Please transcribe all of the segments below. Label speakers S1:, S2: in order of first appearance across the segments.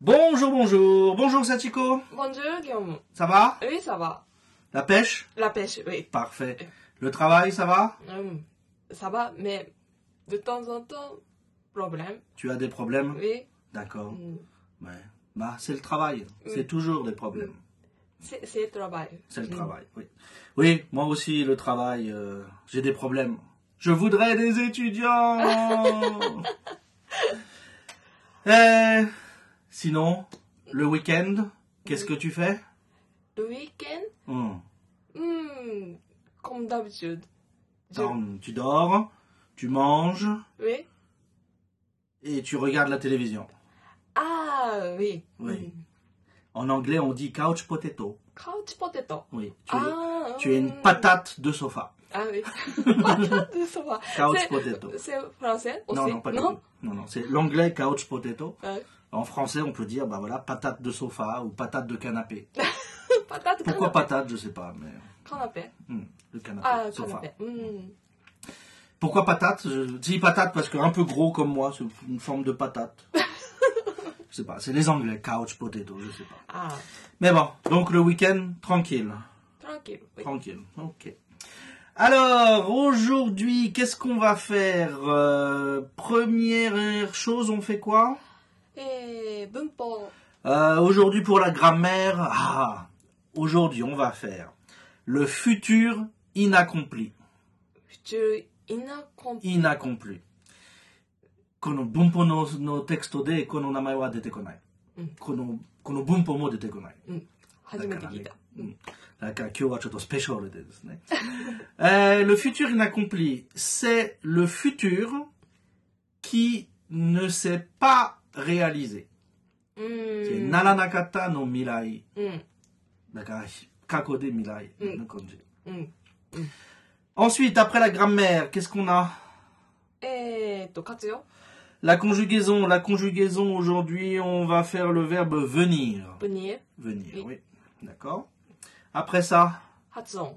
S1: Bonjour, bonjour, bonjour Sachiko,
S2: Bonjour Guillaume
S1: ça va
S2: Oui ça va
S1: La pêche
S2: La pêche oui
S1: Parfait. Le travail, ça va
S2: um, Ça va mais de temps en temps problème
S1: Tu as des problèmes
S2: Oui
S1: D'accord.
S2: Mm.
S1: Ouais. Bah, c'est le travail. C'est toujours des problèmes.
S2: Mm. c'est c'est le travail
S1: C'est le travail, oui. Oui, moi aussi, le travail, euh, j'ai des problèmes. Je voudrais des étudiants Eh, Sinon, le week-end, qu'est-ce que tu fais
S2: Le week-end
S1: Hmm.
S2: Hmm, comme d'habitude. Je-
S1: Dorm- Tu dors, tu manges
S2: Oui.
S1: et tu regardes la télévision.
S2: Ah oui.
S1: Oui. En anglais, on dit couch potato.
S2: Couch potato.
S1: Oui. Tu,
S2: Ah,
S1: es, tu es
S2: hmm.
S1: une patate de sofa.
S2: Ah oui. patate de soba.
S1: Couch
S2: C'est-
S1: potato.
S2: Oh, C'est français aussi
S1: Non, non, pas du tout. Non, non, c'est l'anglais couch potato.
S2: Ah,
S1: En français, on peut dire, bah voilà, patate de sofa ou patate de canapé.
S2: patate
S1: Pourquoi
S2: canapé.
S1: patate, je sais pas, mais
S2: Canapé.
S1: hum, le canapé,
S2: Ah,
S1: sofa.
S2: canapé. Hmm.
S1: Pourquoi patate Je dis patate parce qu'un peu gros comme moi, c'est une forme de patate. je sais pas, c'est les anglais, couch potato, je sais pas.
S2: Ah,
S1: Mais bon, donc le week-end, tranquille.
S2: tranquille. Oui.
S1: Tranquille, ok. Alors, aujourd'hui, qu'est-ce qu'on va faire Euh, Première chose, on fait quoi
S2: Et文法。
S1: Euh, Aujourd'hui, pour la grammaire, ah, aujourd'hui, on va faire le futur inaccompli.
S2: 普通、イナコン。
S1: Inaccompli. この文法ののテクストでこの名前は出てこない、
S2: うん
S1: このこの文法も出てこない
S2: うん。初めて聞いた。
S1: うんだから今日はちょっとスペシャルでですね。 えー le futur inaccompli, c'est le futur qui ne s'est pas réalisé.
S2: う
S1: で
S2: ん。
S1: ならなかったの未来。
S2: うん。
S1: だから過去で未来
S2: うん
S1: の感じ。
S2: うん。
S1: Ensuite, après la grammaire, qu'est-ce qu'on a
S2: えーっと、活用
S1: La conjugaison. La conjugaison, aujourd'hui, on va faire le verbe venir.
S2: ブニエ
S1: Venir,
S2: Oui.
S1: oui. D'accord. Après ça,
S2: 発音。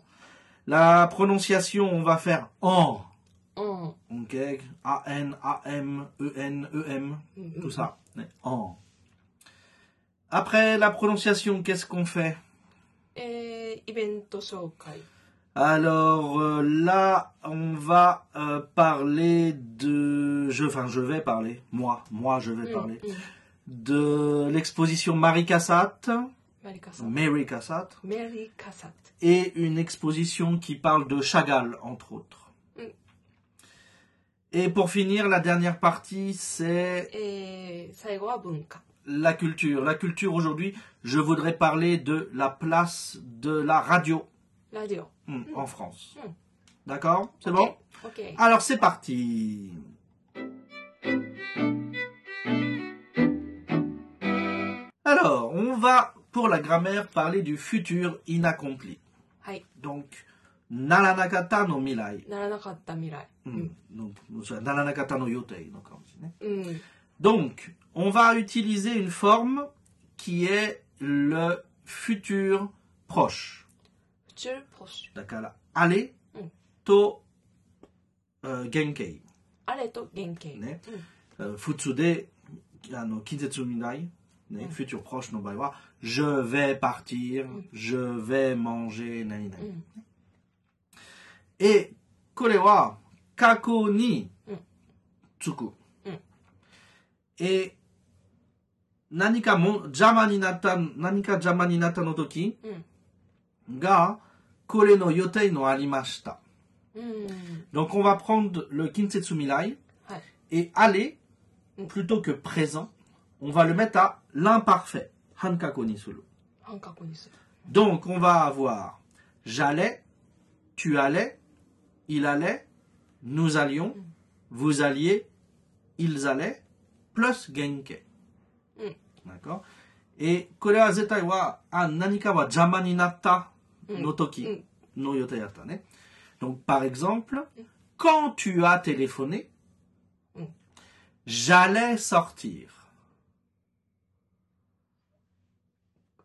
S1: la prononciation, on va faire en.
S2: うん。
S1: Ok, A-N, A-M, E-N, E-M,
S2: Mm, mm,
S1: E tout ça. Mais En. Après la prononciation, qu'est-ce qu'on fait
S2: えー、イベント紹介。
S1: Alors euh, là, on va euh, parler de... Je, enfin, je vais parler, moi, moi, je vais
S2: うんうん
S1: parler, de l'exposition Marie Cassatt,
S2: マリカさん。
S1: Mary Cassatt,
S2: メリーカサット。
S1: et une exposition qui parle de Chagall, entre autres.
S2: Mm.
S1: Et pour finir, la dernière partie, c'est
S2: えー、最後は文化。
S1: la culture. La culture aujourd'hui, je voudrais parler de la place de la radio
S2: ラジオ。
S1: hmm, en France.
S2: Mm.
S1: D'accord C'est
S2: OK
S1: bon
S2: ?OK。
S1: Alors c'est parti Alors, on va, pour la grammaire, parler du futur inaccompli.
S2: はい。
S1: Donc, naranakata no mirai.
S2: ならなかった未来。
S1: Hmm, donc, naranakata no yotei, donc, comme on dit, né.
S2: うん。
S1: Donc, on va utiliser une forme qui est le futur proche.
S2: 普通ポッシュ。
S1: D'accord Aller
S2: Mm.
S1: to euh, genkei.
S2: あれと原型。
S1: ね
S2: うん
S1: Euh, futsude, ah, no, kinzetsu minai, né, futur proche, no baiwa. Je vais partir,
S2: Mm.
S1: je vais manger, nani,
S2: う
S1: nani.
S2: ん。
S1: Et, kore wa, kako ni,
S2: Mm.
S1: tsuku.
S2: Mm.
S1: Et, nanika mon, jama ni natta, nanika jama ni natta no toki
S2: うん。Mm.
S1: ga, kore no yotei no arimashita.
S2: うん。
S1: Donc, on va prendre le kinsetsu mirai
S2: はい。
S1: et aller,
S2: Mm.
S1: plutôt que présent, on va le mettre à l'imparfait. Hankako ni sulu.
S2: 半角にする。
S1: Donc, on va avoir j'allais, tu allais, il allait, nous allions, Vous alliez, ils allaient, plus genke.
S2: うん。
S1: D'accord Et, これは絶対は、あ、何かは邪魔になったの時の予定だったね。Donc, par exemple, quand tu as téléphoné,
S2: うん
S1: j'allais sortir.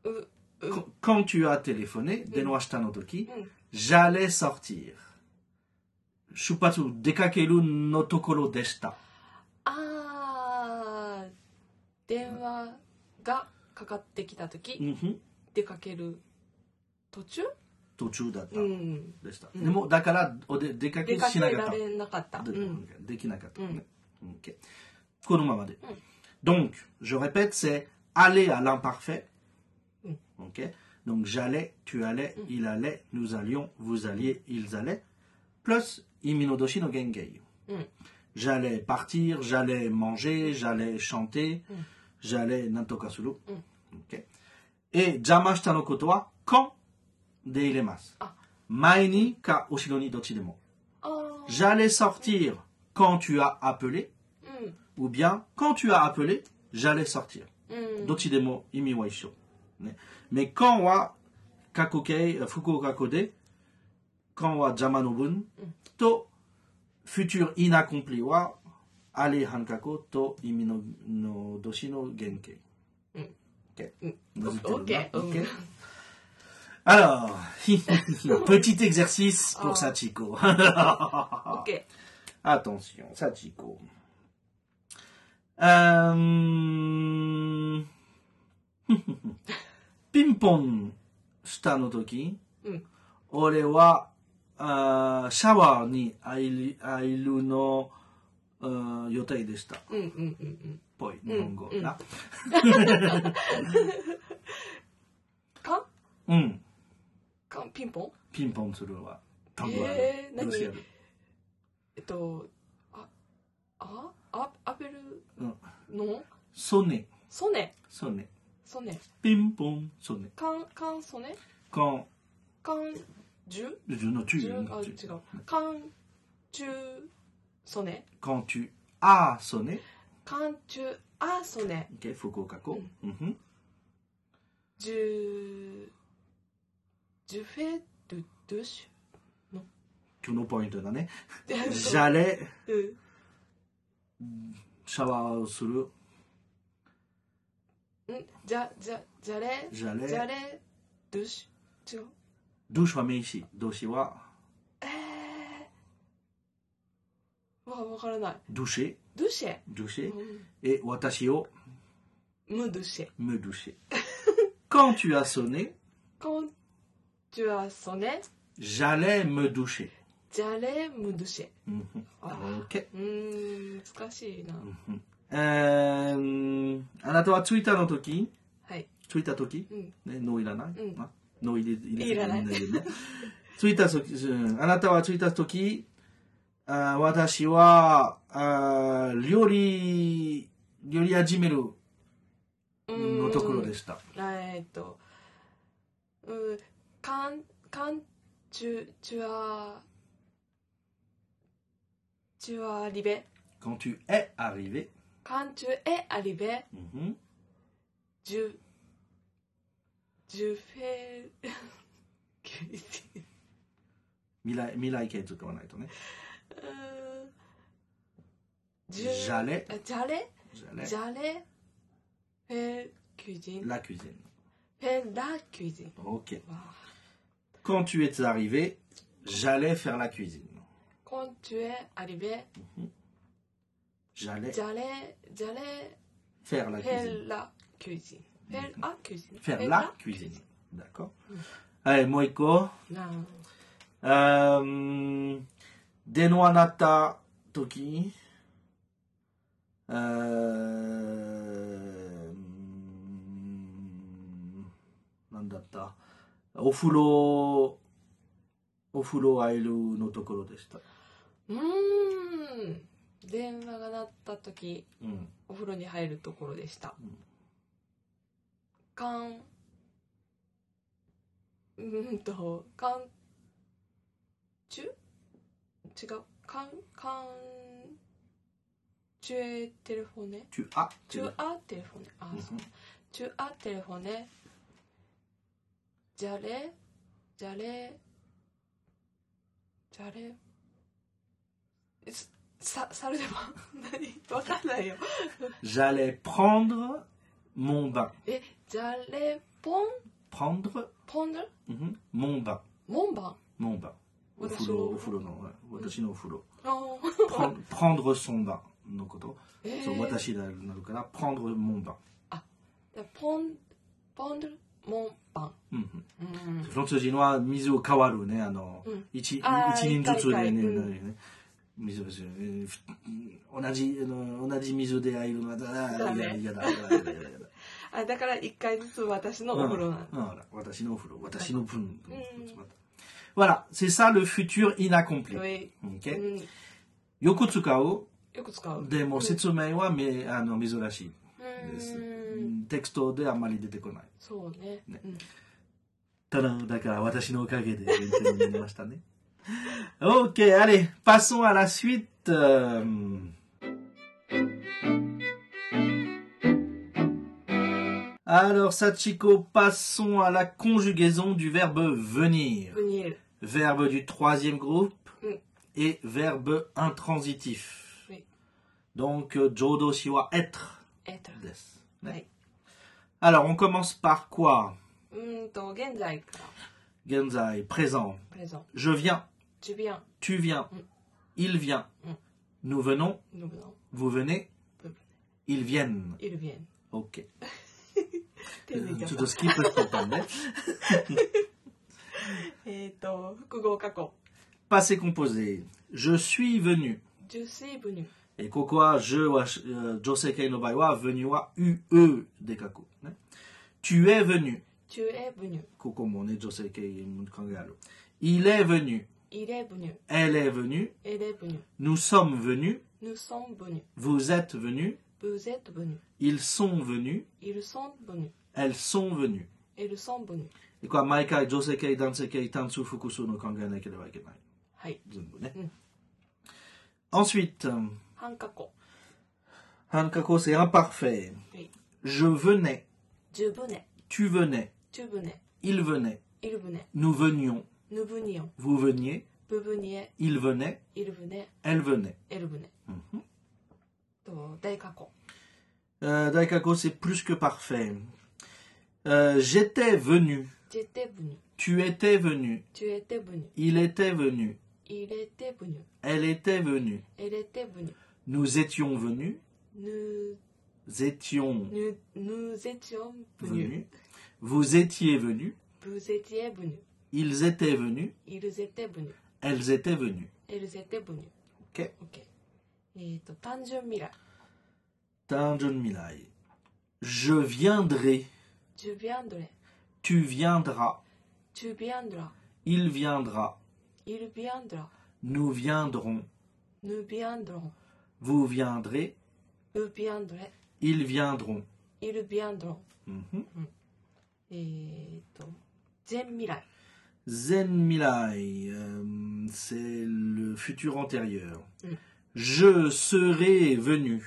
S2: う
S1: Qu- Quand tu as téléphoné, 電話したの時、
S2: うん
S1: j'allais sortir. 出発、出かけるのところでした。
S2: あー電話がかかってきた時
S1: うん、
S2: 出かける途中
S1: 途中だった。
S2: うん
S1: でした。
S2: うん
S1: でも、だから、お出出か
S2: 出
S1: け
S2: か
S1: し
S2: け
S1: なかっ
S2: ら
S1: た。
S2: れなかったう
S1: de-
S2: ん
S1: できなかったね。OK. Mm. Kurumamade.
S2: Mm.
S1: Donc, je répète, c'est aller à l'imparfait.
S2: Mm.
S1: OK. Donc, j'allais, tu allais,
S2: Mm.
S1: il allait, nous allions, vous alliez, ils allaient. Plus, iminodoshi no gengei.
S2: Mm.
S1: J'allais partir, j'allais manger, j'allais chanter,
S2: Mm.
S1: j'allais nantokasuru.
S2: Mm.
S1: OK. Et jamashita no koto wa quand de iremasu.
S2: Ah.
S1: Mae ni ka oshiro ni dochi demo.
S2: あー
S1: J'allais sortir quand tu as appelé,
S2: うん
S1: ou bien quand tu as appelé, j'allais sortir.
S2: うん
S1: Dochidemo imi wa isho. Ne. Mais quand wa kakokei, euh, fukuoka kode, quand wa jamanobun,
S2: Hmm.
S1: to futur inaccompli wa ale hankako to imi no, no doshi no genkei.
S2: Mm.
S1: Ok.
S2: Mm.
S1: Vous êtes
S2: Ok.
S1: là Ok.
S2: Mm.
S1: Alors, petit exercice pour
S2: Oh.
S1: Sachiko.
S2: オッケ
S1: Attention, Sachiko. Euh... Ping-pong shita no toki,
S2: ーうん
S1: ore wa euh, shower ni airu airu no euh, yotei deshita.
S2: うんうんうん
S1: ぽい、日本語が。
S2: うんか
S1: うん、
S2: かピンポン
S1: ピンポンするは単語ある。
S2: えー、
S1: よろし
S2: 何
S1: いやろ
S2: えっとあああアペル
S1: うん
S2: の
S1: ソネ、
S2: ソネ
S1: ソネ。
S2: ソネ
S1: ピンポン、ソネ。
S2: カンカンソネ
S1: カン、
S2: カンジュ
S1: je ne tue,
S2: ジ
S1: je
S2: ュあ
S1: ne
S2: 違
S1: tue.
S2: うカンチュソネ
S1: Quand tu as sonné,
S2: カンチュアソネ
S1: ok, Fukuoka ko. Mhm.
S2: ジュジュフェドゥドゥシ
S1: 今日のポイントだね。
S2: ュ
S1: j'allais
S2: うん
S1: シャワーをする。
S2: うんじゃじゃじゃれじゃ
S1: j'allais
S2: れドゥシュ違う
S1: どうしは名詞。動詞は
S2: えー、わわからない
S1: ドゥシェ、
S2: ドゥシェ
S1: ドゥシェ。え、私を
S2: ムドゥシェ
S1: me doucher. Quand tu as sonné,
S2: こんちはソネ
S1: j'allais me doucher.
S2: じゃれムドゥシェ
S1: Mhm.
S2: あ
S1: OK.
S2: うーん難しいな
S1: えーあなたは着いたの時
S2: はい
S1: 着いた時
S2: うん
S1: ね、脳いらない、
S2: うん
S1: あ脳入れ入れて
S2: いらない
S1: んだけど ね。着いた時、うんあなたは着いた時、あー私はあー料理、料理始める
S2: うーん
S1: のところでした。
S2: えーっとうーかんかんちゅちゅわちゅわりべ
S1: Quand tu es arrivé,
S2: かんちゅえありべ
S1: mhm,
S2: じゅじゅ フェ
S1: 未来未来形使わないとね。
S2: うーんじゅ
S1: ジャレ、
S2: あじゃれ
S1: ジャレ
S2: じ、ゃれフェキュジン
S1: la cuisine.
S2: フェラキュジン
S1: Ok.
S2: わあ
S1: Quand tu es arrivé, j'allais faire la cuisine.
S2: コンチュエアリベ
S1: J'allais
S2: じゃれじゃれ
S1: faire la
S2: フ
S1: cuisine.
S2: ェラキュジンフェラキュジン
S1: Faire la cuisine. D'accord. Allez, Moiko.
S2: なあ
S1: うん電話なった時うんなんだったお風呂お風呂入るのところでした、
S2: うーん電話が鳴った時
S1: うん、
S2: お風呂に入るところでした、かんうーんとかんちゅ違うかんかんチュエテレフォネ
S1: Tu as.
S2: チ ュアテレフォネあ、そう
S1: Mhm.
S2: チュアテレフォネじゃれじゃれじゃれえすさサルデバン 何わかんないよ
S1: J'allais prendre mon bain.
S2: えじゃれポン
S1: Prendre
S2: ポンド
S1: mhm, mon bain.
S2: 門番
S1: Mon bain. Au
S2: Watashi no-
S1: foulot, au foulot, non. ouais. Watashi no furo.
S2: あ
S1: Prendre, prendre son bain. Donc, autant.
S2: ー え
S1: So,
S2: ー
S1: watashi da- nanokana, prendre mon bain.
S2: ポンポンド門番
S1: Mhm.
S2: うん
S1: フランス人は水を変わるね、あの、
S2: うん
S1: 一
S2: あー
S1: 一人ずつ
S2: 一回
S1: で
S2: 一
S1: ね、
S2: 回う
S1: ね水をですよねふ同じ、あの同じ水であいるのは、
S2: だ
S1: だ
S2: ね
S1: だ、嫌だ、嫌だ、嫌だ、嫌だ。
S2: あだから一回ずつ私のお風呂なんだ
S1: Voilà, Ah, voilà, 私のお風呂、私の分。
S2: ん
S1: Voilà, c'est ça le futur inaccompli.
S2: 上
S1: OK?
S2: うん
S1: よく使う、
S2: よく使う
S1: でも説明はめあの珍し
S2: Mm.
S1: いです。
S2: うん
S1: テクストであんまり出てこない。
S2: そうね
S1: ね
S2: うん
S1: ただ、だから私のおかげで勉強になりましたね。OK, allez, passons à la suite. euh, Alors, Sachiko, passons à la conjugaison du verbe venir.
S2: ブニエル
S1: Verbe du troisième groupe
S2: Mm.
S1: et verbe intransitif.
S2: Oui.
S1: Donc, euh, Jodo Shiwa être.
S2: えっと
S1: des.
S2: はい。
S1: Alors, on commence par quoi
S2: うーんと現在から
S1: Genzai, présent.
S2: プレゾン
S1: Je viens,
S2: ジュビアン
S1: tu viens,
S2: Mm.
S1: il vient,
S2: Mm.
S1: nous venons,
S2: ノブノ
S1: vous venez,
S2: ブブ
S1: ils viennent.
S2: イルビエン
S1: Ok.
S2: 手抜いて
S1: Euh,
S2: も
S1: tout ce qui peut s'entendre.
S2: えっと複合過去
S1: Passé composé. Je suis venu.
S2: ジュシーブニュ
S1: Et Kokoa, je wa sh- euh, Josekei no Baiwa, venu wa ue dekaku. né? Tu es venu.
S2: チュエブニュ
S1: Koko mo ne Josekei mun kangaru. Il est venu.
S2: イレブニュ
S1: Elle est venue.
S2: エレブニュ
S1: Nous sommes venus.
S2: ヌソンブニュ
S1: Vous êtes venus.
S2: ブゼットブニュ
S1: Ils sont venus.
S2: イルソンブニュ
S1: Elles sont venues.
S2: エルソンブニュ
S1: Et quoi, Maika, Josekei, Dansekei, Tansu, Fukusu no kanga nekereba ikenai.
S2: はい
S1: Zunbu, né?
S2: Mm.
S1: Ensuite, euh,
S2: 半過去
S1: Hankako, c'est imparfait.
S2: Oui.
S1: Je venais.
S2: ジュブネ
S1: Tu venais.
S2: チュブネ
S1: Il venait.
S2: イルブネ
S1: Nous venions.
S2: ヌブニオン
S1: Vous veniez.
S2: ブブニエ
S1: Il venait.
S2: イルブネ
S1: Elle venait.
S2: エルブネ
S1: Mhm.
S2: と大過去
S1: Euh, Daikako, c'est plus que parfait. Euh, J'étais venu.
S2: ジェテブニュ
S1: Tu étais venu.
S2: チュエテブニュ
S1: Il était venu.
S2: イレテブニュ
S1: Elle était venue.
S2: エレテブニュ
S1: Nous étions venus.
S2: ヌ
S1: Étions
S2: ヌヌゼチオンブニュ
S1: venus. Vous étiez venus.
S2: ブゼティエブニュ
S1: Ils étaient venus.
S2: イルゼテブニュ
S1: Elles étaient venues.
S2: エルゼテブニュ
S1: OK.
S2: OK えっと単純未来
S1: Tanjun Milai. Je viendrai.
S2: ジュビアンドレ
S1: Tu viendras.
S2: チュビアンドラ
S1: Il viendra.
S2: イルビアンドラ
S1: Nous viendrons.
S2: ヌビアンドロン
S1: Vous viendrez.
S2: ブビアンドレ
S1: Ils viendront.
S2: イルビアンドロン
S1: Mhm.
S2: えっと全未来
S1: Zen Milai, euh, c'est le futur antérieur.
S2: Mm.
S1: Je serai venu.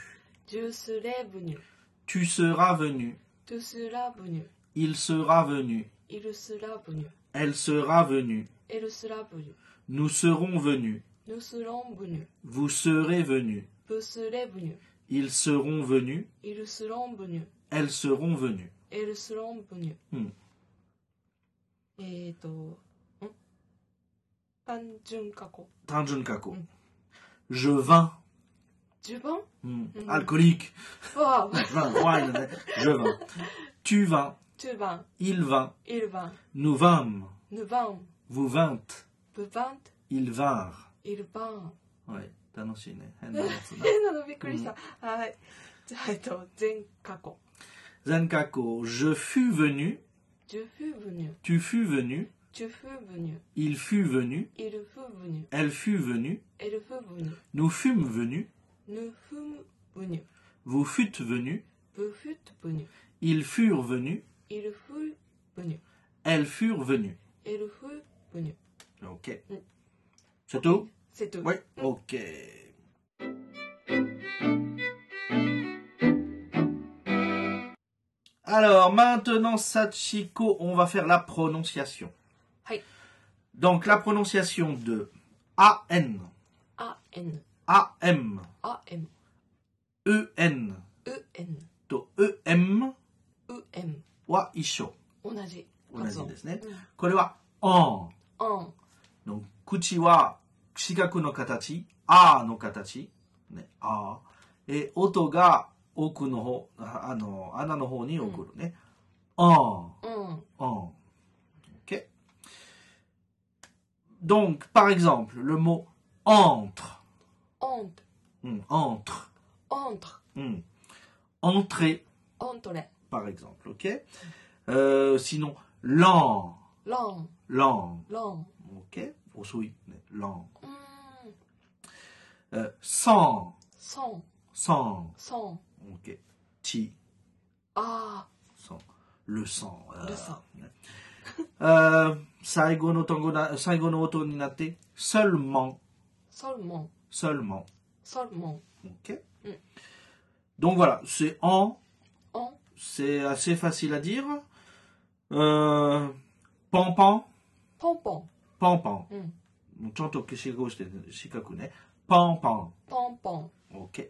S2: ジュースレブニュ
S1: Tu seras venu.
S2: トゥスラブニュ
S1: Il sera venu.
S2: イルスラブニュ
S1: Elle sera venue.
S2: エルスラブニュ
S1: Nous serons venus.
S2: ヌスロンブニュ
S1: Vous serez venus.
S2: ブスレブニュ
S1: Ils seront venus.
S2: イルスロンブニュ
S1: Elles seront venues.
S2: エルスロンブニュ、
S1: うん
S2: えっ、ー、とん単純過去
S1: Tanjun Kako.
S2: Mm.
S1: Je vins.
S2: 呪文
S1: Mm.
S2: Mm.
S1: Alcoolique.
S2: わあ
S1: Vin. Wine. Je vins. Tu vins.
S2: 中盤
S1: Il vint.
S2: イルバン
S1: Nous vîmes.
S2: ヌバン
S1: Vous vintes.
S2: ブバン
S1: Ils vinrent.
S2: イルバン
S1: Ouais. Tanoshi, ne? Hen da yatsu da.
S2: 変な のびっくりした、はいじゃあえっと全過去
S1: Zenkako. Je fus venu.
S2: ジュフブニュ
S1: Tu fus venu.
S2: ジュフブニュ
S1: Il fut venu.
S2: イルフブニュ
S1: Elle fut venue.
S2: エルフブニュ
S1: Nous fûmes venus.
S2: ヌフムブニュ
S1: Vous fûtes venus.
S2: ブフットブニュ
S1: Ils furent venus.
S2: イルフブニュ
S1: Elles furent venues.
S2: エルフブニュ
S1: Ok.
S2: Mm.
S1: C'est tout
S2: セトゥ
S1: Oui. Ok. Alors maintenant, Sachiko, on va faire la prononciation.
S2: はい。
S1: Donc la prononciation de AN,
S2: A, N,
S1: AM,
S2: A, M,
S1: E EN
S2: U, N,
S1: と EM E
S2: U, M。
S1: は一緒。
S2: 同じ
S1: 同
S2: 発
S1: じ
S2: 音。
S1: ですね。これは ON。
S2: うん。
S1: Donc, 口は四角の形、あの形、ね、あえ、音が奥の方、ああの、穴の方に送るね。あ
S2: うん。
S1: あん OK Donc, par exemple, le mot entre,
S2: オン、
S1: Hmm, entre,
S2: オント、
S1: Hmm. entrer,
S2: オントレ、
S1: par exemple, ok Euh, Sinon, lent,
S2: ロン、
S1: lent,
S2: ロン。
S1: ok Osui, né, lent.
S2: うーん。
S1: Euh, sans,
S2: ソン、
S1: sans,
S2: ソン。
S1: Ok. Ti, Ah,
S2: あ
S1: sang. Le sang. euh,
S2: Le sang.
S1: euh, saigo no tango na- saigo no oto ni natte. Seulement.
S2: ー、ソルモン、
S1: Seulement.
S2: ソルモン。
S1: Ok.
S2: Mm.
S1: Donc voilà, c'est en.
S2: オン、
S1: C'est assez facile à dire. Euh, pan-pan.
S2: ポンポ
S1: Pan-pan.
S2: ン。うん。
S1: Chanto kishigo shite- shikaku ne. Pan-pan.
S2: ポンポン。
S1: Ok.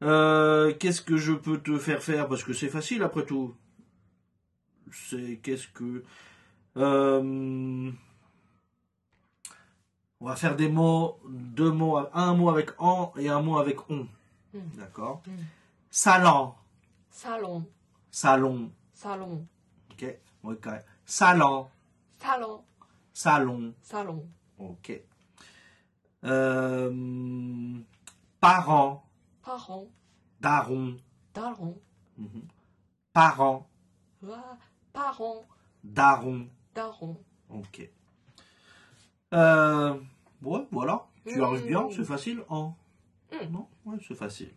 S1: Euh, qu'est-ce que je peux te faire faire Parce que c'est facile après tout. C'est qu'est-ce que. Euh, on va faire des mots, deux mots, un mot avec en et un mot avec on.
S2: Mm.
S1: D'accord
S2: Mm.
S1: Salon.
S2: サロン、
S1: Salon.
S2: サロン。
S1: Ok. Ok. Salon.
S2: サロン、
S1: Salon.
S2: サロン。
S1: Ok. Euh, parent.
S2: パホン、
S1: Daron.
S2: ダロン。
S1: Mhm. Parent.
S2: うわーパホン、
S1: Daron.
S2: ダホン。
S1: Ok. Euh, ouais, voilà. Tu
S2: Mm.
S1: arrives bien, c'est facile. En.
S2: Mm.
S1: Non Ouais, c'est facile.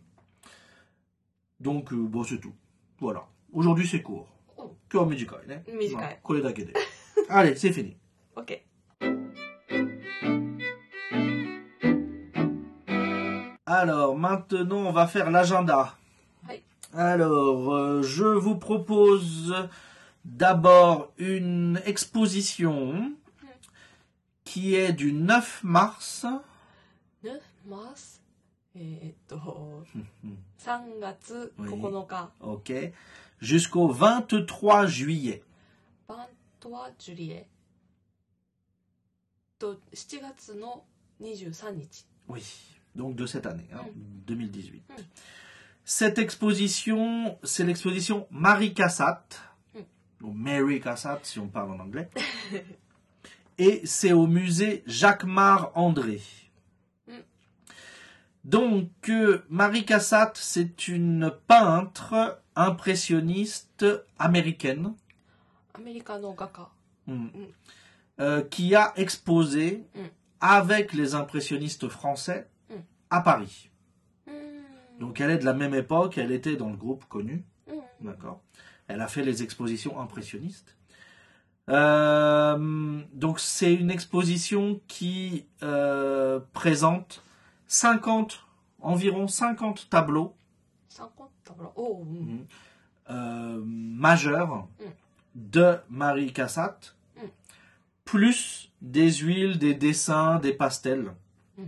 S1: Donc, euh, bon, c'est tout. Voilà. Aujourd'hui, c'est court.
S2: Oh.
S1: Cœur musical, hein
S2: Musical.
S1: Voilà. Coller la guédée. Allez, c'est fini.
S2: オッケ
S1: Alors, maintenant, on va faire l'agenda.
S2: Oui.
S1: Alors, euh, je vous propose d'abord une exposition qui est du 9 mars.
S2: ー。ぬ、ます。えーっと、
S1: Mm.
S2: 3月9日、
S1: Ok. Jusqu'au 23 juillet.
S2: バントはジュリエ。と、7月の23日。
S1: Oui. Donc de cette année, hein,
S2: Mm.
S1: 2018. Cette exposition, c'est l'exposition Marie Cassatt.
S2: Mm.
S1: Ou Mary Cassatt, si on parle en anglais. Et c'est au musée Jacquemart André.
S2: Mm.
S1: Donc, euh, Marie Cassatt, c'est une peintre impressionniste américaine.
S2: アメリカの画家。
S1: Mm.
S2: Mm.
S1: Euh, qui a exposé
S2: Mm.
S1: avec les impressionnistes français
S2: Mm.
S1: à Paris.
S2: うーん。
S1: Donc elle est de la même époque, elle était dans le groupe connu,
S2: うん。
S1: d'accord Elle a fait les expositions impressionnistes. Euh, donc c'est une exposition qui euh, présente 50, environ 50 tableaux
S2: 参考だから。おう、うん。
S1: euh, majeurs
S2: Mm.
S1: de Marie Cassatt,
S2: Mm.
S1: plus des huiles, des dessins, des pastels
S2: Mm.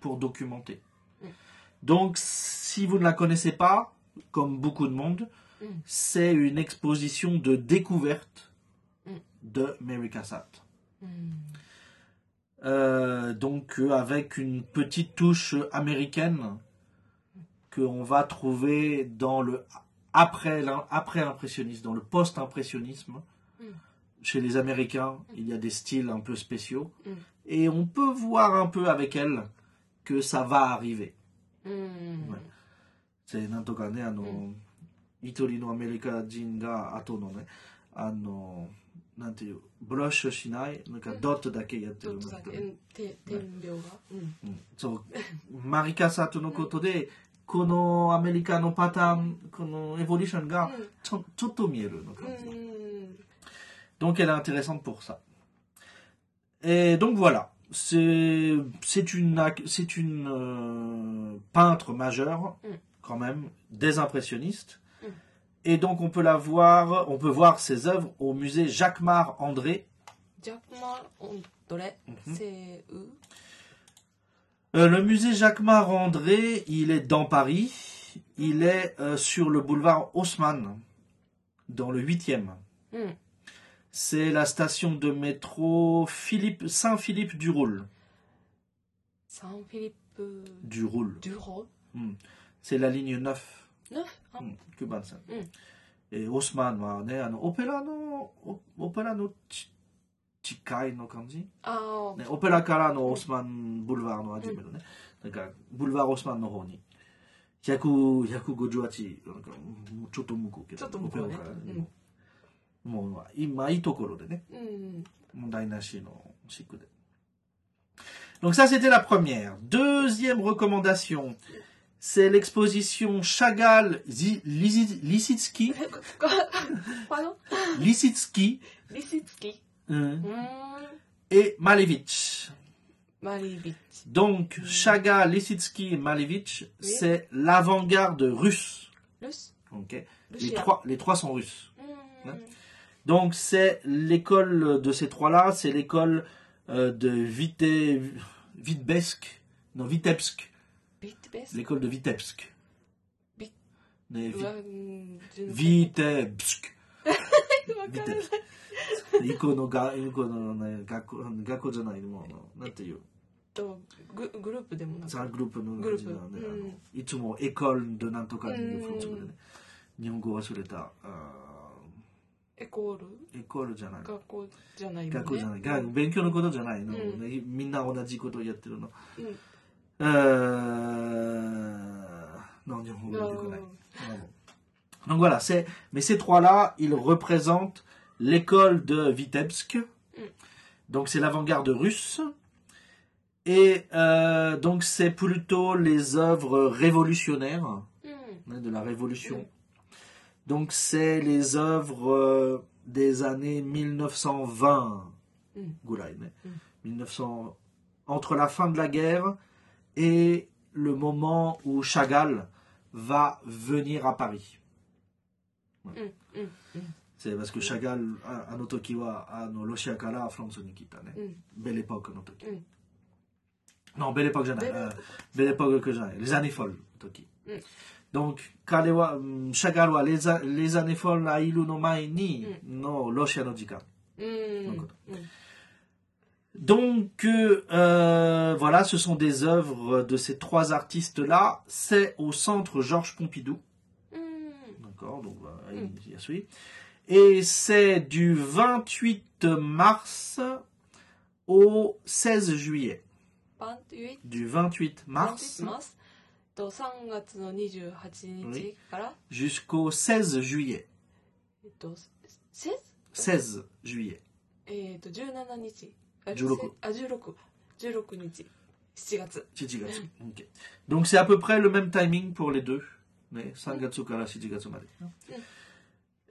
S1: pour documenter.
S2: Mm.
S1: Donc, si vous ne la connaissez pas, comme beaucoup de monde,
S2: Mm.
S1: c'est une exposition de découverte
S2: Mm.
S1: de Mary Cassatt.
S2: うん。
S1: Euh, donc euh, avec une petite touche américaine qu'on va trouver dans le après l'im- après impressionnisme, dans le post impressionnisme.
S2: Mm.
S1: Chez les Américains, il y a des styles un peu spéciaux
S2: Mm.
S1: et on peut voir un peu avec elle que ça va arriver.
S2: うん。
S1: Ouais. でなんとかねあの、
S2: うん
S1: イトリのアメリカ人が後のねあのなんていうブラッシュしないなんか
S2: うん
S1: ドットだけやっ
S2: ち
S1: て
S2: ょ
S1: る
S2: っ
S1: ん
S2: と
S1: だ
S2: だ
S1: け
S2: け、
S1: ど、
S2: うん、て点描が。うん。
S1: うんそう、マリカサとのことで、このアメリカのパターン、このエボリューションが
S2: うん
S1: ちょちょっと見えるの
S2: う
S1: 感じ。
S2: ん。
S1: Donc elle est intéressante pour ça. Et donc voilà, c'est c'est une, ac- c'est une euh, peintre majeure,
S2: Mm.
S1: quand même, des impressionnistes,
S2: Mm.
S1: Et donc on peut la voir, on peut voir ses œuvres au musée Jacquemart André.
S2: Jacquemart André, c'est où
S1: Euh, le musée Jacquemart André, il est dans Paris. Il est euh, sur le boulevard Haussmann, dans le 8e.
S2: Hmm.
S1: C'est la station de métro Philippe Saint-Philippe du Roule.
S2: Saint-Philippe
S1: Du Roule.
S2: du Rhône.
S1: C'est la ligne 9.
S2: 9 Ah,
S1: Mm, Cuban, ça.
S2: Mm.
S1: Et Haussmann wa ne, ano, opéra no, o- opéra no chi- chikai no kanji.
S2: あ
S1: ね、オペラからのオスマンブルワーのアジメのね、なんかブルワーオスマンの方に100 158なんかもうちょっと向こうけど
S2: ちょっと向こうね
S1: オペラからねもうもう今いいところでね
S2: ーうん
S1: Donc ça, c'était la première. Deuxième recommandation, c'est l'exposition Chagall Zi- Lisi- Lisitsky,
S2: あの
S1: Lisitsky
S2: リシツキう
S1: euh,
S2: ーん
S1: et Malevich.
S2: マリービッチ
S1: Donc Chagall, Lisitsky et Malevich,
S2: Oui.
S1: c'est l'avant-garde russe.
S2: ルス
S1: Ok.
S2: ル
S1: les,
S2: シア
S1: trois, les trois sont russes.
S2: うーん
S1: Donc c'est l'école de ces trois-là, c'est l'école euh, de Vite, Vitebsk, non Vitebsk,
S2: ビットベース
S1: l'école de Vitebsk.
S2: Vi-
S1: Mais Vi-
S2: うわうん自分
S1: Vitebsk.
S2: わかんない
S1: Vitebsk. イコのが、イコのね、学校、学校じゃない、もうあの、なんていう、
S2: とググループでもな
S1: ザグループの
S2: グループ
S1: 感じだね
S2: うん
S1: あのいつもエコールでなんとかっていう
S2: うん
S1: フランス語でね、日本語忘れた、あ
S2: エコール
S1: ーエコールじゃない。
S2: 学校じゃないよね
S1: 学校じゃない、が勉強のことじゃないの、
S2: う
S1: みんな同じことをやってるの。
S2: うん
S1: うーん、non, 日本語が出てこない。Bravo. Donc voilà, c'est, mais ces trois-là, ils représentent l'école de Vitebsk. Donc c'est l'avant-garde russe. Et euh, donc c'est plutôt les œuvres révolutionnaires
S2: うん
S1: hein, de la Révolution. Donc c'est les œuvres euh, des années 1920,
S2: Mm.
S1: Goulaï, mais
S2: Mm.
S1: 1900, entre la fin de la guerre et le moment où Chagall va venir à Paris.
S2: うんうん
S1: C'est parce que Chagall, à- à nos toki wa, à nos Loshia Kara, à France Nikita,
S2: う
S1: né.
S2: ん
S1: Belle époque, à nos toki.
S2: Mm.
S1: Non, belle époque, j'en ai.
S2: Belle
S1: euh, belle époque que j'en ai. Les années folles, toki.
S2: Mm.
S1: Donc, Kalewa, mm, Chagall wa, les, a- les années folles, la ilu no mai ni,
S2: Mm.
S1: no Loshia no jikan.
S2: うん
S1: なんか
S2: うん
S1: Donc euh, euh, voilà, ce sont des œuvres de ces trois artistes-là. C'est au centre Georges Pompidou.
S2: うん、
S1: D'accord, donc bah,
S2: Mm.
S1: il y a celui. Et c'est du 28 mars au 16 juillet.
S2: バントユイ
S1: Du 28 mars
S2: マスと3月の28日から、
S1: jusqu'au 16 juillet.
S2: えっと、せ
S1: 16 juillet.
S2: えっと17日あ
S1: 16
S2: あ16 16日7月
S1: Shichigatsu. Ok. Donc c'est à peu près le même timing pour les deux. Mais Sangatsu kara Shichigatsu made.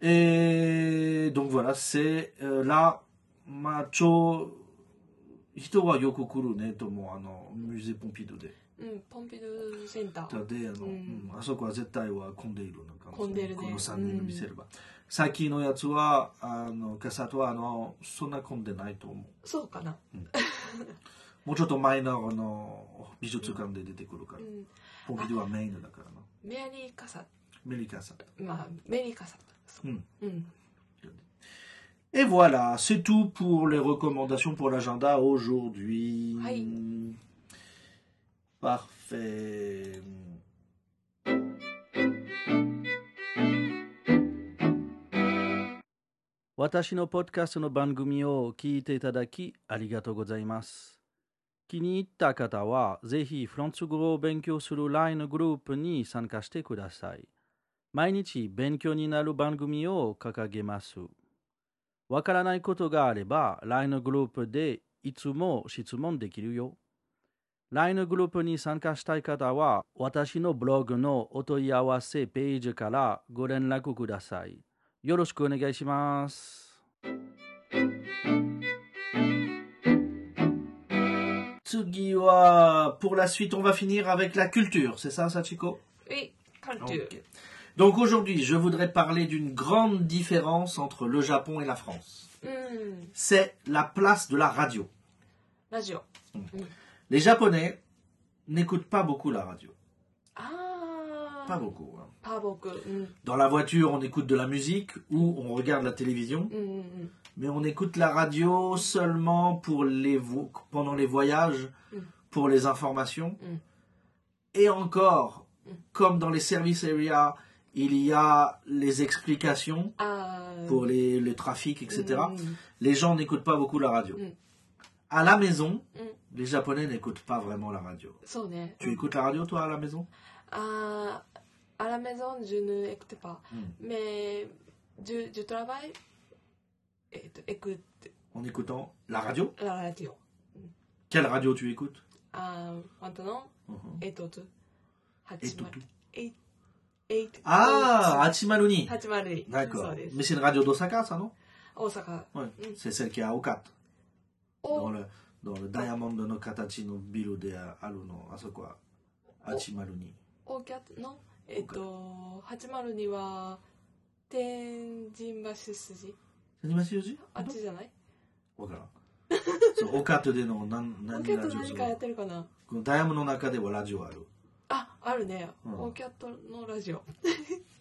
S1: Et donc voilà, c'est euh, là, macho. Hito wa yoku kuru ne to mo ano musée Pompidou de.
S2: うんポンピドゥセンター
S1: Da de ano,
S2: うん。
S1: うんあそこは絶対は混んでいるのか。
S2: 混んでるね
S1: この三人を見せれば。最近のやつはあのカサトはあのそんな混んでないと思う。
S2: そうかな、
S1: もうちょっと前のあの美術館で出てくるか
S2: う
S1: ら。
S2: ん、
S1: ポンピドゥはメインだからな。
S2: メアリー・カサ
S1: メリカさん。
S2: まあメリー・カサそう
S1: うん
S2: うん、
S1: Et voilà, c'est tout pour les recommandations pour l'agenda aujourd'hui.
S2: Oui.
S1: Parfait. Watashi no podcast の番組を聞いていただきありがとうございます。気に入った方はぜひフランス語を勉強する LINE のグループに参加してください。毎日勉強になる番組を掲げます。わからないことがあれば LINE のグループでいつも質問できるよ。LINE のグループに参加したい方は私のブログのお問い合わせページからご連絡ください。よろしくお願いします。次は、pour la suite, on va finir avec la culture. C'est ça, Sachiko?
S2: ウィカルチュー、
S1: Ok. Donc aujourd'hui, je voudrais parler d'une grande différence entre le Japon et la France.
S2: うん、
S1: C'est la place de la radio.
S2: ラジオ。
S1: Les Japonais n'écoutent pas beaucoup la radio.
S2: あ
S1: Pas
S2: あ、
S1: beaucoup. hein.
S2: パーボク。うん、
S1: Dans la voiture, on écoute de la musique ou on regarde la télévision.
S2: うん、うん、
S1: Mais on écoute la radio seulement pour les vo- pendant les voyages,
S2: Mm.
S1: pour les informations.
S2: Mm.
S1: Et encore,
S2: Mm.
S1: comme dans les service area, il y a les explications
S2: ああ。
S1: pour les, le trafic, etc.
S2: うん、
S1: Les gens n'écoutent pas beaucoup la radio.
S2: Mm.
S1: À la maison,
S2: Mm.
S1: les Japonais n'écoutent pas vraiment la radio.
S2: そうね。
S1: Tu écoutes la radio, toi, à la maison
S2: Ah, à la maison, je ne écoute pas.
S1: Mm.
S2: Mais du, du travail, et- écoute
S1: En écoutant la radio
S2: la radio.
S1: Quelle radio tu écoutes
S2: Ah, maintenant,
S1: Mhm.
S2: et tout.
S1: Et tout, tout.
S2: Et, et,
S1: Ah, Hachimaruni
S2: Hachimarui.
S1: D'accord.
S2: そうです
S1: Mais c'est une radio d'Osaka, ça, non
S2: 大阪。
S1: Ouais,
S2: Mm.
S1: C'est celle qui est à Okat,
S2: お
S1: dans le, dans le Diamond no Katachi no Biru de Aru no Asokwa, Hachimaruni.
S2: 大キャットの、えっと、802は、天神橋筋
S1: Sanimasu Yoji
S2: あっちじゃない
S1: Wakara. So, Okat de no nan,
S2: 大キ
S1: nan
S2: ャット何かや
S1: radio.
S2: ってるかな
S1: So, Diamond no Naka de wa radio aru.
S2: あ、あるね。
S1: うん
S2: オーキャットのラジオ。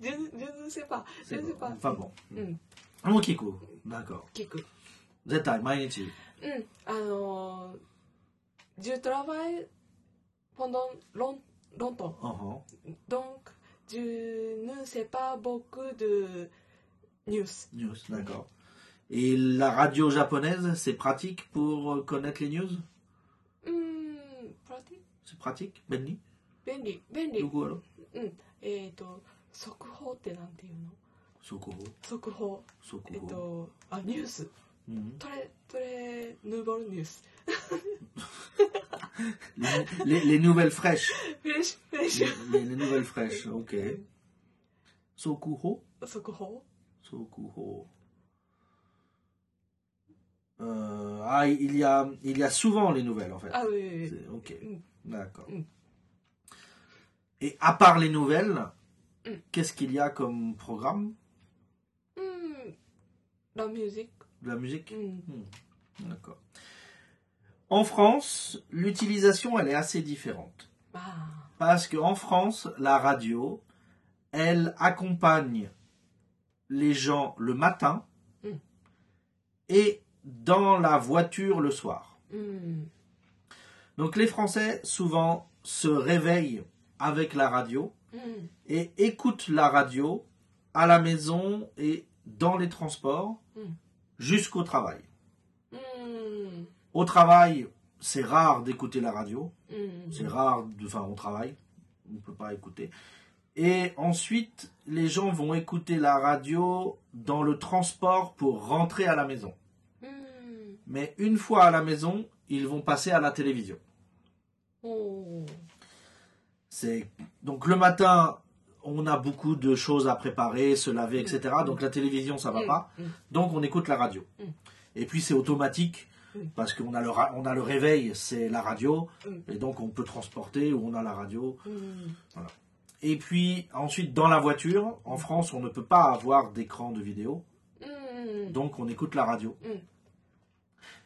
S2: ジュン、ジュンセパ、ジ
S1: C'est
S2: ュンセパ。
S1: Enfin bon.
S2: うん、
S1: Mon kiku. D'accord.
S2: 聞く。
S1: Zetai, mainichi.
S2: うん、あのー、ジュトラバイ、ポンドン、ロン、ロントン。
S1: Uh -huh.
S2: ドンク、ジュヌセパ、ボク、ドゥ、ニュース。
S1: News, d'accord. Et la radio japonaise, c'est pratique pour euh, connaître les news
S2: うーん、プラティ
S1: C'est pratique Benni
S2: 便利、便利。
S1: Yugo aru
S2: うん、えっ、と速報ってなんていうの
S1: Sokoho.
S2: 速報えっ、
S1: Sokoho.
S2: とあニュース
S1: Mhm.
S2: トレトレヌーボルニュース
S1: Les- les- les nouvelles fraîches.
S2: フレッシュフレッシ
S1: les, les nouvelles fraîches, ok. Sokuho
S2: ュ速報
S1: Sokuho. Euh, ah, il y, a, il y a souvent les nouvelles en fait.
S2: あうんうんうん
S1: C'est- Ok,
S2: Ah, Mm.
S1: d'accord.
S2: Mm.
S1: Et à part les nouvelles,
S2: Mm.
S1: qu'est-ce qu'il y a comme programme
S2: うんラミュージッ
S1: de la musique
S2: クうん、
S1: D'accord. En France, l'utilisation elle est assez différente.
S2: まあ
S1: Parce qu'en France, la radio, elle accompagne les gens le matin
S2: Mm.
S1: et dans la voiture le soir.
S2: うん、
S1: Donc les Français, souvent, se réveillent avec la radio
S2: うん、
S1: et écoutent la radio à la maison et dans les transports
S2: Mm.
S1: jusqu'au travail.
S2: うん、
S1: Au travail, c'est rare d'écouter la radio.
S2: うん、
S1: C'est rare, de- enfin on travaille, on ne peut pas écouter. Et ensuite, les gens vont écouter la radio dans le transport pour rentrer à la maison.
S2: うん、
S1: Mais une fois à la maison, ils vont passer à la télévision.
S2: おー
S1: C'est donc le matin, on a beaucoup de choses à préparer, se laver, etc. Donc la télévision, ça va pas.
S2: うん
S1: Donc on écoute la radio.
S2: Mm.
S1: Et puis c'est automatique
S2: Mm.
S1: parce qu'on a le ra- on a le réveil, c'est la radio,
S2: Mm.
S1: et donc on peut transporter ou on a la radio.
S2: うん、
S1: Et puis ensuite dans la voiture, en
S2: Mm.
S1: France on ne peut pas avoir d'écran de vidéo,
S2: うん、
S1: donc on écoute la radio.
S2: Mm.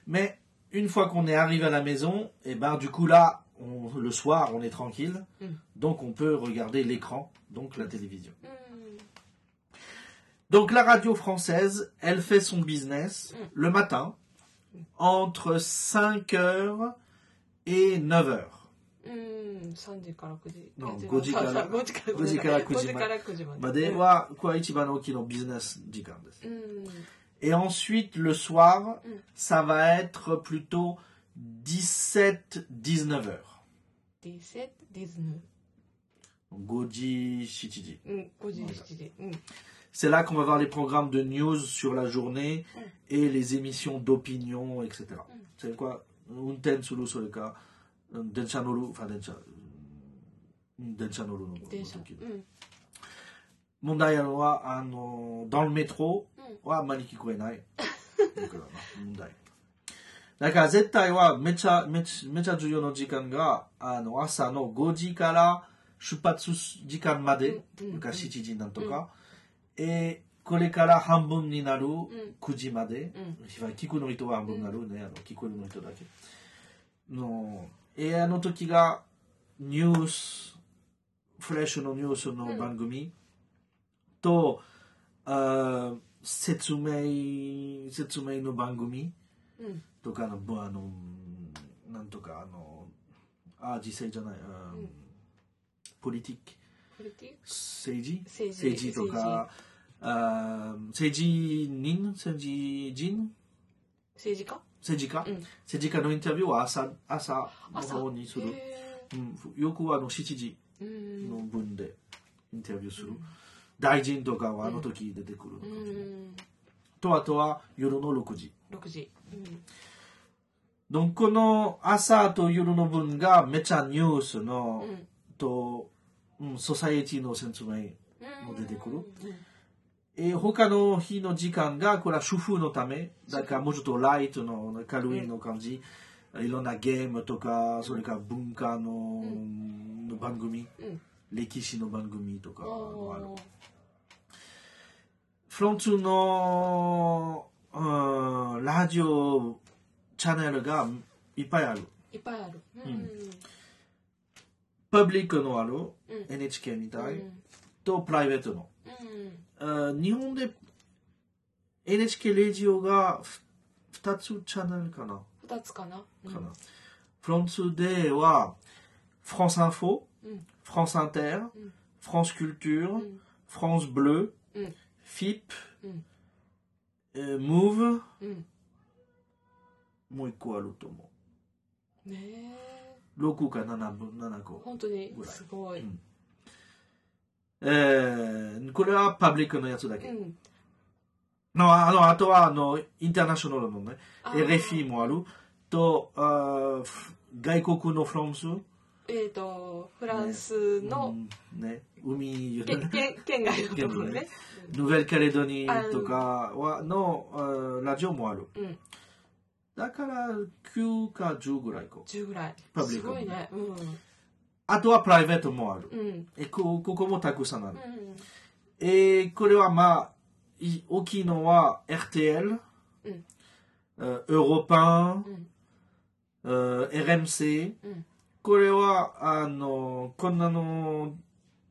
S1: Mais une fois qu'on est arrivé à la maison, et ben du coup là, on- le soir on est tranquille,
S2: Mm.
S1: donc on peut regarder l'écran, donc la télévision.
S2: うん、
S1: Donc la radio française, elle fait son business
S2: Mm.
S1: le matin entre 5h et 9h.
S2: うん、三時から九時。
S1: うん
S2: え違う
S1: 五時から
S2: そうそう 五時から
S1: 五時から九時まで
S2: 五時から九時まで。
S1: Bah, business 時間です。
S2: うん、
S1: Et ensuite, le soir,
S2: Mm.
S1: ça va être plutôt 17-19 heures.
S2: ディセットディズヌ
S1: Goji Shichiji.
S2: ーうん5時
S1: うん
S2: 7時うん
S1: C'est là qu'on va voir les programmes de news sur la journée
S2: Mm.
S1: et les émissions d'opinion, etc. C'est quoi Unten suru soruka, densha noru, enfin densha, densha noru no
S2: 電車
S1: toki.
S2: うん
S1: Mondai ano wa, ano, dans le métro
S2: うん
S1: wa amari kikoenai. Yoku da na, mondai. だから絶対はめちゃめちゃめちゃ重要な時間があの朝の5時から出発時間までが7時なんとか、えーこれから半分になる9時まで、聞くの人は半分になるね、あの聞くの人だけのえーあの時がニュースフレッシュのニュースの番組と、あー説明説明の番組
S2: うん
S1: とかのぼあのなんとかあのあ実際じゃない、うんポリティック政治
S2: 政治
S1: 政治とかあー政治人政治人
S2: 政治家
S1: 政治家、
S2: うん
S1: 政治家のインタビューは朝朝の
S2: 朝
S1: 方にする、
S2: へ
S1: うん、よくあの7時
S2: ーうん
S1: の分でインタビューする、大臣とかはあの時出てくるのかもしれない、
S2: うん
S1: とあとは夜の6時
S2: 6時うん
S1: donc この朝と夜の分がめちゃニュースの、
S2: うん
S1: と、うん、ソサエティの説明
S2: うん
S1: も出てくる
S2: うん
S1: えー他の日の時間がこれは主婦のためだからもうちょっとライトの軽いの感じ、いろんなゲームとかそれから文化の,、の番組
S2: うん
S1: 歴史の番組とかもある
S2: おー
S1: フロンツの、うん、ラジオチャンネルがいっぱいある
S2: いっぱいあるうん
S1: パブリックのある、
S2: う
S1: NHK みた
S2: う
S1: い、
S2: ん
S1: とプライベートの
S2: うん
S1: あ日本で NHK レジオが2つチャンネルかな
S2: 二つかなうん
S1: かな。フランスでは、フランスインフォ、
S2: うん
S1: フランスインテー
S2: うん、
S1: フランスキュルチュー
S2: う
S1: ル、
S2: ん
S1: フランスブル
S2: う
S1: ー
S2: ん、
S1: FIP
S2: うん、
S1: えームーブ、
S2: うん
S1: もう一個あると思
S2: ねえ
S1: う。6か7分、7個。
S2: 本当に
S1: ぐらい
S2: すごい
S1: うんえーこれはパブリックのやつだけ。
S2: うん
S1: のあの、あとは、あの、インターナショナルのね、
S2: あー
S1: RFI もある。と、あーふ外国のフランス、
S2: えっとフランス
S1: う
S2: の
S1: んね、海、
S2: けけ県外のところね
S1: ノuvelleカレドニーとかはのうんラジオもある。
S2: うん
S1: だから9か10ぐらいか。
S2: 10ぐらい
S1: パブリッ
S2: す
S1: クの
S2: ごいねうん
S1: あとはプライベートもある。
S2: うん
S1: えこここもたくさんあ
S2: う。
S1: る
S2: ん
S1: えーこれはまあ、い大きいのは RTL、
S2: うん
S1: えー、Europe
S2: うん
S1: Euh, 1えー RMC。
S2: うん
S1: これは、あの、こんなの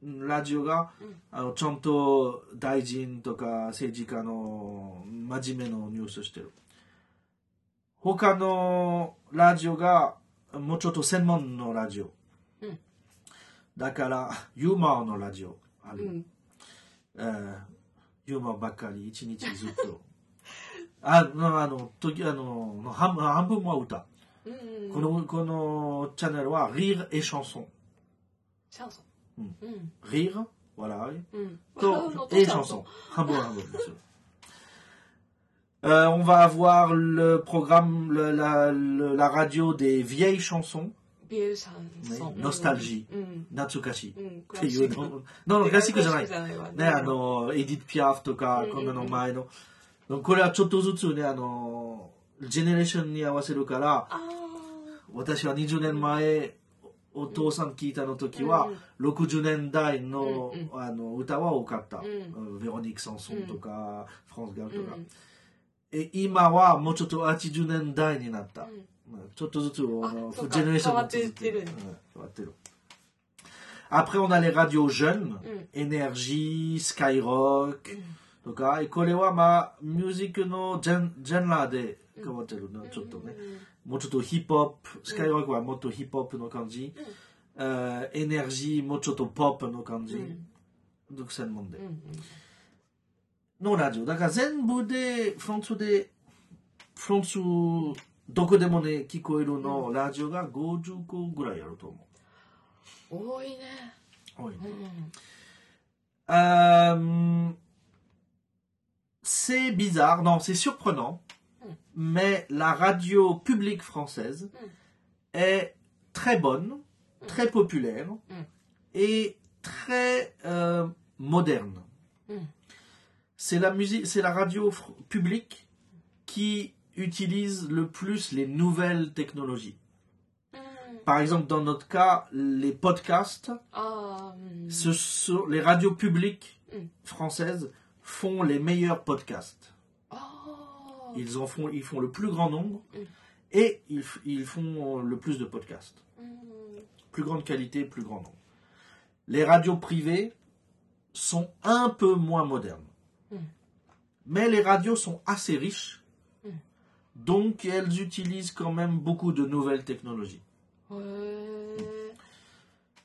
S1: ラジオが、
S2: うん
S1: あのちゃんと大臣とか政治家の真面目なニュースしてる。他のラジオが、もうちょっと専門のラジオ。
S2: うん
S1: だから、ユーモアのラジオあ
S2: う
S1: る。
S2: ん
S1: えーユーモアばっかり、一日ずっと。 あの、あの、時あの半分半分は歌。
S2: うんうん
S1: このこのチャンネルは「Rire et Chanson」
S2: シャンソン
S1: うん
S2: うん
S1: 「Rire」voilà
S2: うん
S1: 「
S2: 笑うの
S1: と
S2: と
S1: 「et
S2: シャンソン」
S1: Chanson un bon, un bon, bien sûr. Euh, on va avoir le programme, le- la, le- la radio des vieilles chansons,
S2: ビエルシャンソン
S1: ねノスタルジ
S2: ーうん
S1: Natsukashi.
S2: うんク
S1: っ
S2: ラ
S1: て
S2: シ
S1: い
S2: ッ
S1: う
S2: ク
S1: の。ののクラシックじゃない。
S2: ないわ
S1: ね、あの、エディット・ピアフとか
S2: う、ん
S1: こんなの前の。これはちょっとずつね、あの、ジェネレーションに合わせるから、
S2: あ
S1: 私は20年前お父さん聞いたの時は、60年代の,、あの歌は多かった、
S2: うん
S1: うんヴェロニック・サンソンとか、フランス・ガル
S2: ーう
S1: とか、
S2: ん
S1: え今はもうちょっと80年代になった、
S2: ん
S1: うんちょっとずつあの
S2: そうか
S1: ジェネレーション
S2: 変わっていってる
S1: うん変わってる Après, on a les radios jeunes,
S2: うん
S1: Energy, Skyrock, とか、えこれはまあ、ミュージックのジェンジェンラーで変わってるな、ちょっとね。もうちょっとヒップホップ、スカイワークはもっとヒップホップの感じ、えーエネルギーもうちょっとポップの感じ、独占もんで
S2: う。ん
S1: のラジオ。だから全部で、フランスで、フランス、どこでもね、聞こえるの、ラジオが50個ぐらいあると思
S2: うん多いね
S1: う。多いね
S2: うん
S1: Euh, c'est bizarre, non, c'est surprenant,
S2: Mm.
S1: mais la radio publique française est très bonne, très populaire et très euh, moderne.
S2: Mm.
S1: C'est la musique, c'est la radio fr- publique qui utilise le plus les nouvelles technologies.
S2: うん
S1: Par exemple, dans notre cas, les podcasts,
S2: ああ、うん。
S1: ce sont- les radios publiques
S2: Mm.
S1: françaises font les meilleurs podcasts.
S2: ああ。
S1: Ils en font, ils font le plus grand nombre
S2: Oh. Mm.
S1: et ils, f- ils font le plus de podcasts.
S2: うん。
S1: Plus grande qualité, plus grand nombre. Les radios privées sont un peu moins modernes.
S2: Mm.
S1: Mais les radios sont assez riches.
S2: Mm.
S1: Donc elles utilisent quand même beaucoup de nouvelles technologies.
S2: へえ。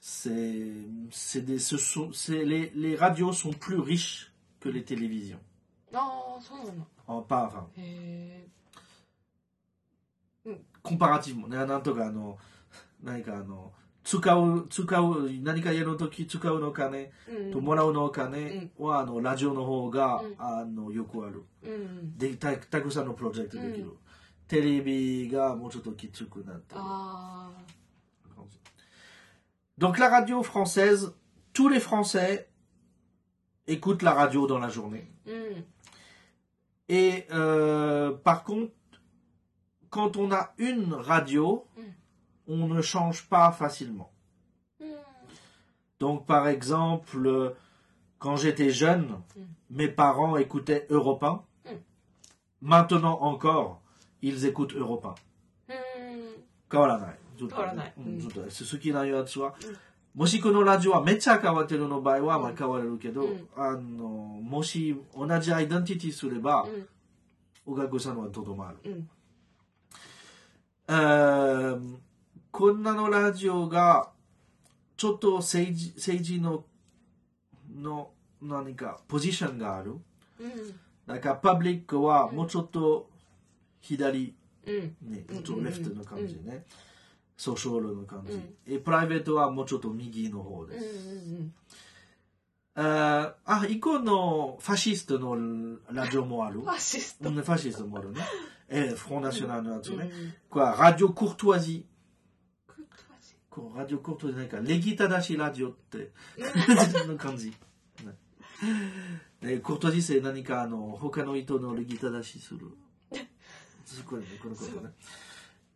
S1: C'est, c'est des, ce sont, c'est les, les radios sont plus riches que les télévisions.
S2: ああ、そうなんだ。
S1: En, pas, enfin,
S2: へえ。
S1: comparativement ねなんとかあの何かあの使う使う何かやるとき使うのお金
S2: うん。
S1: ともらうのお金は、あのラジオの方が、
S2: うん
S1: あのよくある
S2: うん。
S1: でたたくさんのプロジェクトできる、テレビがもうちょっときつくなってる
S2: あ
S1: Donc la radio française, tous les Français écoutent la radio dans la journée.
S2: あ。うん。
S1: Et euh, par contre, quand on a une radio,
S2: Mm.
S1: on ne change pas facilement.
S2: うん。
S1: Donc par exemple, euh, quand j'étais jeune,
S2: Mm.
S1: mes parents écoutaient Europe 1.
S2: Mm.
S1: Maintenant encore, ils écoutent Europe 1.
S2: うん。
S1: 変わらない。ずっと
S2: 変わらない
S1: うん
S2: うん
S1: ずっと好きなやつは
S2: うん、
S1: もしこのラジオはめっちゃ変わってるの場合は、まあ
S2: うん
S1: 変われるけど、
S2: うん
S1: あの、もし同じアイデンティティすれば
S2: う、ん。
S1: お客さんはとどま
S2: う
S1: る。
S2: ん。
S1: うーんこんなのラジオが、ちょっと政治、政治の、の、何か、ポジションがある。
S2: うん。
S1: だから、パブリックはもうちょっと左、
S2: うん。
S1: ね、
S2: うん
S1: ちょっとレフトの感じね。ソーシャルの感
S2: う
S1: じ
S2: ん。
S1: え、プライベートはもうちょっと右の方
S2: うん。
S1: で
S2: う
S1: す。
S2: ん。
S1: あーあ、以降のファシストのラジオもある
S2: フ。ァシス
S1: う
S2: ト。
S1: んファシストもあるね。えー、フロンナショナルのやつ
S2: うん
S1: ね。これはラジオコートワジー。
S2: クッパシ
S1: こうラジオコートじゃないから、礼儀正しいラジオって、 の感じ。ねで、コート人生何か、あの、他の人の礼儀正しする。すごいね、この子ね。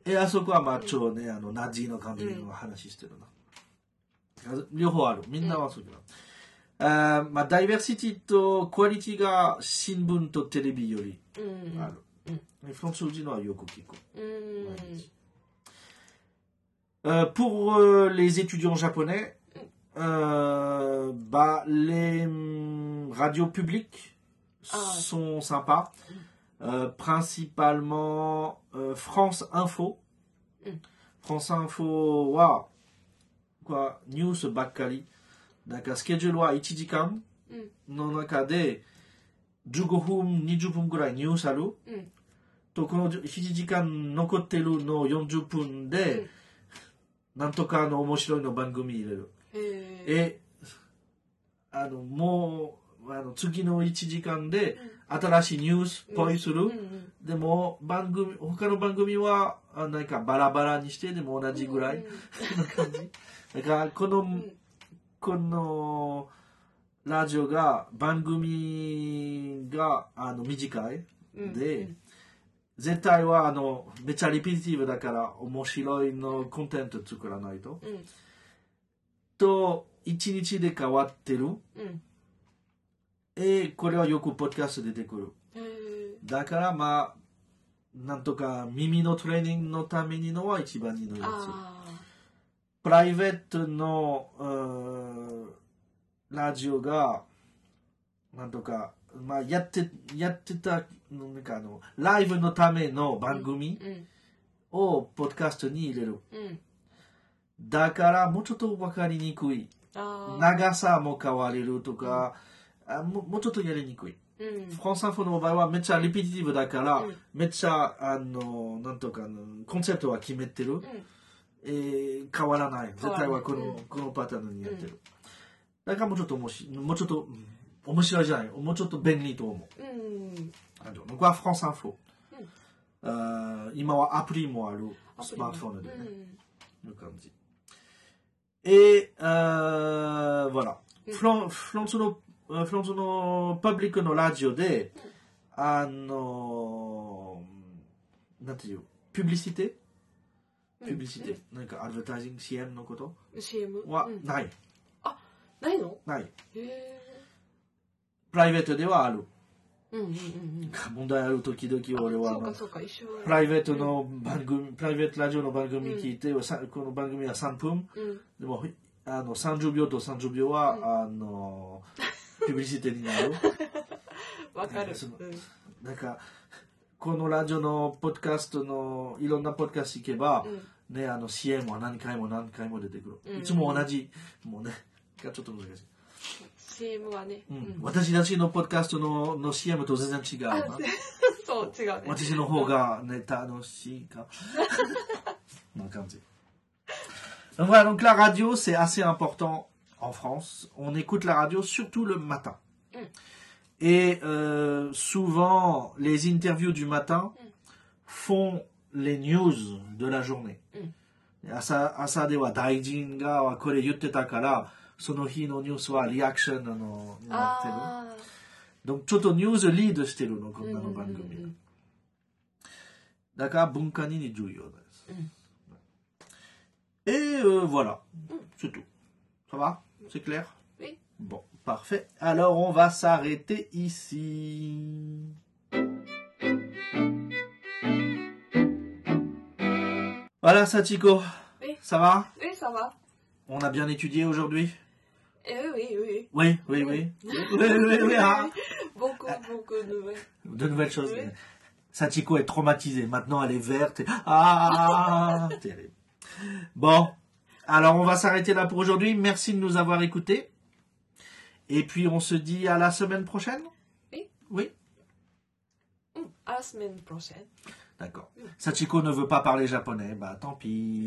S1: え、あそこはまあ、超ね、あの、ナジーの感じの話してるな。両方ある。みんなはそうだ。あーまあ、ダイバーシティとクオリティが新聞とテレビより
S2: うん。
S1: ある。でフランス人はよく聞く。
S2: うん。
S1: Hmm. Euh, pour euh, les étudiants japonais, euh, bah, les hum, radios publiques
S2: Ah.
S1: sont sympas. Euh, principalement euh, France Info.
S2: Mm.
S1: France Info, waouh! Quoi, news bakkari. Naka schedule wa 1 jikan
S2: Mm.
S1: no naka de 15分20分ぐらいニュースある
S2: うん。
S1: とこの7時間残ってるの40分で、なんとかあの面白いの番組入れる、
S2: へえ。
S1: えあのもうあの次の1時間で新しいニュースっぽいする、
S2: うん。
S1: でも番組他の番組はあなんかバラバラにしてでも同じぐらい、な 感じだからこの、
S2: ん
S1: このラジオが番組があの短い
S2: うん。
S1: で、絶対はあのめっちゃリピーティブだから面白いのコンテンツ作らないと。
S2: うん。
S1: と一日で変わってる。
S2: うん。
S1: えこれはよくポッドキャストで出てくる。
S2: へえ。
S1: だからまあなんとか耳のトレーニングのためにのは一番いいのやつ。
S2: ああ。
S1: プライベートのうーラジオがなんとか、まあ、やってやってたなんかあのライブのための番組
S2: うん。
S1: をポッドキャストに入れる。
S2: うん。
S1: だからもうちょっと分かりにくい
S2: ああ。
S1: 長さも変われるとか、あももうちょっとやりにくい、
S2: うん。
S1: フランスアンフォの場合はめっちゃリピティティブだから、
S2: うん
S1: めっちゃあのなんとかあのコンセプトは決めてる、
S2: うん。
S1: えー変わらない
S2: 変
S1: 絶
S2: わらない
S1: 対はこの,、
S2: うん
S1: このパターンにやってる、だからもうちょっと面白いもうちょっとうん面白いじゃないもうちょっと便利と思う
S2: うん。
S1: あの僕はフランスアンフォ
S2: うん、
S1: あー今はアプリもあるスマートフォンでね、
S2: うん。
S1: le Candy. Et euh, voilà.
S2: Mm.
S1: Flan, flanzono, euh, flanzono public no radio de ano, publicité publicité、なんかアドバタイジング CM のこと
S3: CM、
S2: Mm.
S1: は
S3: うん
S1: ない、
S3: ないの
S1: ない
S3: へえ
S1: プライベートではある
S3: うんうんうん
S1: 問題ある時々俺は
S3: そう
S1: まあ
S3: かそうか一緒
S1: プライベートの番組、プライベートラジオの番組聞いて、さこの番組は3分
S3: うん
S1: でもあの30秒と30秒は、あのピブリシティにな る
S3: わかる
S1: その
S3: うん
S1: なんかこのラジオのポッドキャストのいろんなポッドキャスト行けば、ねあの CM は何回も何回も出てくる、いつも同じもうねがちょっと難しい、
S3: CM はね
S1: う
S3: うんん
S1: 私たちのポッドキャストのの CM と全然違うな
S3: そう違うね
S1: 私の方がね楽しい か Non, comme dit. Donc voilà, donc la radio, c'est assez important en France. On écoute la radio surtout le matin.
S3: Mm.
S1: Et euh, souvent, les interviews du matin font les news de la journée. Asa- asa de wa daijin ga wa kore yutteta kara, sono hi no news wa reaction あの
S2: Ah.
S1: やってる
S3: あ
S1: donc, ちょっとニュースリードしてるの、こんな
S3: うんうんうんう
S2: Mm-hmm.
S1: の
S3: ん
S1: 番組が。だから文化に重要です。Et euh, voilà, c'est tout. Ça va C'est clair
S3: Mm. Oui.
S1: Bon, parfait. Alors, on va s'arrêter ici. Voilà, Satiko.
S3: Oui.
S1: Ça va
S3: a えさは
S1: On a bien étudié aujourd'hui
S3: えういうい
S1: Oui, oui, oui. Oui, oui, oui. hein.
S3: 僕僕の上
S1: De nouvelles choses.
S3: Oui.
S1: Satiko est traumatisée. Maintenant, elle est verte. et- Ah Terrible. Bon, alors on va s'arrêter là pour aujourd'hui. Merci de nous avoir écoutés. Et puis, on se dit à la semaine prochaine
S3: Oui.
S1: Oui
S3: うんアラスメンプロシェン
S1: D'accord. Sachiko ne veut pas parler japonais. Bah, tant pis.